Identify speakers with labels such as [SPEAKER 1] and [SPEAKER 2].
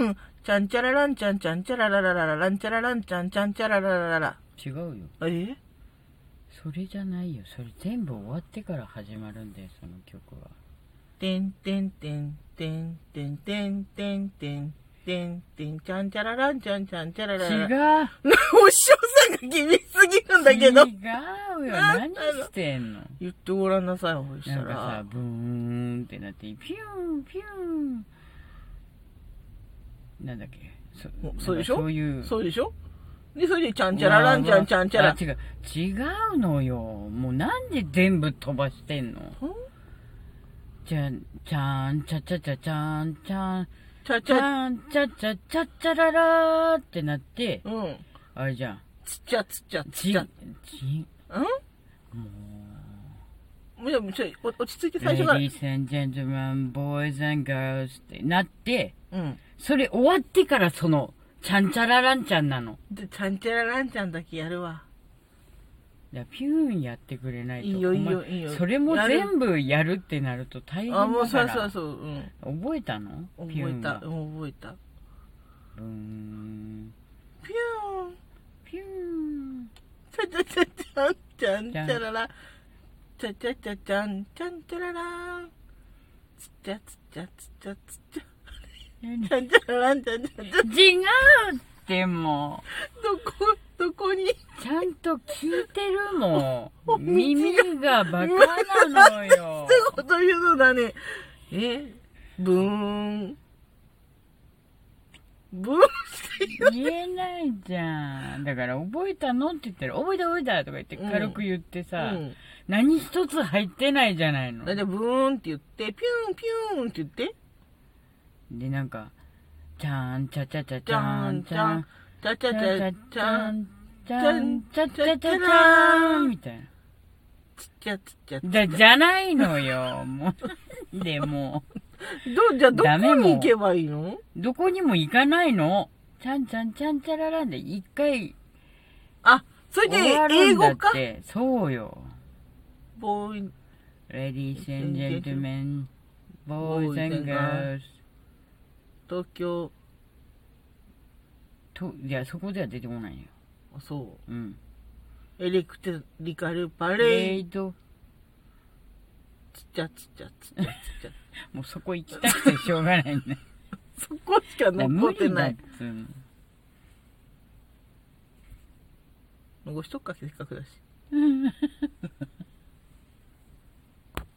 [SPEAKER 1] うん。ちゃんちゃららんちゃんちゃんちゃららららららんちゃららんちゃんちゃんちゃららららら。
[SPEAKER 2] 違うよ
[SPEAKER 1] え
[SPEAKER 2] それじゃないよそれ全部終わってから始まるんだよその曲は
[SPEAKER 1] てんてんてんてんてんてんてんてんてんてんちゃんちゃららんちゃんちゃんちゃららら
[SPEAKER 2] 違
[SPEAKER 1] ら。
[SPEAKER 2] う
[SPEAKER 1] お師匠さんが厳しすぎるんだけど。
[SPEAKER 2] 違うよ
[SPEAKER 1] なん
[SPEAKER 2] 何
[SPEAKER 1] なの
[SPEAKER 2] してんの
[SPEAKER 1] 言ってごらんなさい、ほいした
[SPEAKER 2] なんかさ
[SPEAKER 1] ら。
[SPEAKER 2] ブーンってなってピューンピューンなんだっけそ
[SPEAKER 1] お
[SPEAKER 2] なんか
[SPEAKER 1] そうでしょ
[SPEAKER 2] そういう
[SPEAKER 1] そうでしょで、それでちゃんちゃららんちゃんちゃんちゃ
[SPEAKER 2] あ
[SPEAKER 1] ら。
[SPEAKER 2] 違う違うのよもうなんで全部飛ばしてんの
[SPEAKER 1] ほん
[SPEAKER 2] じゃんちゃんちゃちゃちゃちゃんちゃん
[SPEAKER 1] ちゃ
[SPEAKER 2] ち
[SPEAKER 1] ちゃ、
[SPEAKER 2] ゃんちゃちゃちゃちゃららーってなって
[SPEAKER 1] うん。
[SPEAKER 2] あれじゃん
[SPEAKER 1] つっちゃつっちゃつっ
[SPEAKER 2] ち
[SPEAKER 1] ちゃ。
[SPEAKER 2] ち
[SPEAKER 1] うん
[SPEAKER 2] も
[SPEAKER 1] いや、ちょいお落ち着いて
[SPEAKER 2] うレ
[SPEAKER 1] 最
[SPEAKER 2] デ
[SPEAKER 1] 初から。
[SPEAKER 2] ィース and gentlemen boys and girls ってなって
[SPEAKER 1] うん。
[SPEAKER 2] それ終わってからそのちゃんちゃららんちゃんなの
[SPEAKER 1] で、ちゃんちゃららんちゃんだけやるわ。
[SPEAKER 2] だからピューンやってくれないと
[SPEAKER 1] いいよ
[SPEAKER 2] お前
[SPEAKER 1] いいよいいよ
[SPEAKER 2] それも
[SPEAKER 1] やる
[SPEAKER 2] 全部やるってなると大変だ
[SPEAKER 1] あ、もうそ
[SPEAKER 2] か
[SPEAKER 1] うそう
[SPEAKER 2] ら
[SPEAKER 1] そう。うん。
[SPEAKER 2] 覚えたの
[SPEAKER 1] 覚
[SPEAKER 2] ピュー
[SPEAKER 1] え
[SPEAKER 2] ン
[SPEAKER 1] た。
[SPEAKER 2] は
[SPEAKER 1] うん、覚えた。
[SPEAKER 2] ブーン
[SPEAKER 1] ぴゅーん。
[SPEAKER 2] ピューン
[SPEAKER 1] ちゃちゃちゃちゃんちゃんちゃらら。ちゃちゃちゃちゃんちゃんちゃららん。つっちゃつっちゃつっちゃつっちゃ。
[SPEAKER 2] 何
[SPEAKER 1] ちゃんちゃららんちゃんちゃんちゃん。
[SPEAKER 2] 違うってもう
[SPEAKER 1] どこ、どこに。
[SPEAKER 2] ちゃんと聞いてるも
[SPEAKER 1] お
[SPEAKER 2] ん。
[SPEAKER 1] 耳
[SPEAKER 2] 耳
[SPEAKER 1] が
[SPEAKER 2] がバカなの よ
[SPEAKER 1] っ。てこと言うのだね。えブーン。ブーンして
[SPEAKER 2] 言えないじゃん。だから覚えたのって言ったら、覚えた覚えたとか言って
[SPEAKER 1] うん
[SPEAKER 2] 軽く言って
[SPEAKER 1] う
[SPEAKER 2] さ、
[SPEAKER 1] ん。
[SPEAKER 2] 何一つ入ってないじゃないの
[SPEAKER 1] だ。いたいブーンって言って、ピューンピューンって言って、
[SPEAKER 2] で、なんか、ちゃんちゃちゃちゃち
[SPEAKER 1] じゃ
[SPEAKER 2] ゃ
[SPEAKER 1] ん
[SPEAKER 2] ん
[SPEAKER 1] じ
[SPEAKER 2] ち
[SPEAKER 1] ゃ
[SPEAKER 2] ゃ
[SPEAKER 1] ん
[SPEAKER 2] ん、
[SPEAKER 1] ちゃち
[SPEAKER 2] ち
[SPEAKER 1] ゃ
[SPEAKER 2] ゃ
[SPEAKER 1] ち
[SPEAKER 2] ち
[SPEAKER 1] ゃ
[SPEAKER 2] ゃ
[SPEAKER 1] ち
[SPEAKER 2] ち
[SPEAKER 1] ゃ
[SPEAKER 2] ゃ
[SPEAKER 1] ん、
[SPEAKER 2] ん、ちゃんちゃちゃちゃちゃん、みたいな。
[SPEAKER 1] ちっちゃちっちゃ。
[SPEAKER 2] じゃ、じゃないのよ。もう、でもう。
[SPEAKER 1] ど、じゃあど
[SPEAKER 2] ダメ
[SPEAKER 1] こに
[SPEAKER 2] もう
[SPEAKER 1] 行けばいいの
[SPEAKER 2] どこにも行かないの。ちゃんちゃんちゃんちゃららんで、一回
[SPEAKER 1] あ、それで
[SPEAKER 2] 終わる
[SPEAKER 1] 英
[SPEAKER 2] んだ
[SPEAKER 1] 語
[SPEAKER 2] っ
[SPEAKER 1] か
[SPEAKER 2] て。そうよ。
[SPEAKER 1] ボーイ、
[SPEAKER 2] Ladies and gentlemen, boys and girls.
[SPEAKER 1] 東京、
[SPEAKER 2] と、いや、そこでは出てこないよ。
[SPEAKER 1] あそ
[SPEAKER 2] うん。
[SPEAKER 1] う。エレクトリカルパ
[SPEAKER 2] レ
[SPEAKER 1] レイ、
[SPEAKER 2] イド、
[SPEAKER 1] ちっちゃちっちゃちっちゃちっちゃ。
[SPEAKER 2] もうそこ行きたくてしょうがないね。
[SPEAKER 1] そこしか残
[SPEAKER 2] 無
[SPEAKER 1] って
[SPEAKER 2] 理
[SPEAKER 1] な
[SPEAKER 2] だっ
[SPEAKER 1] い。
[SPEAKER 2] つうの。
[SPEAKER 1] 残しとくか、せっかくだし。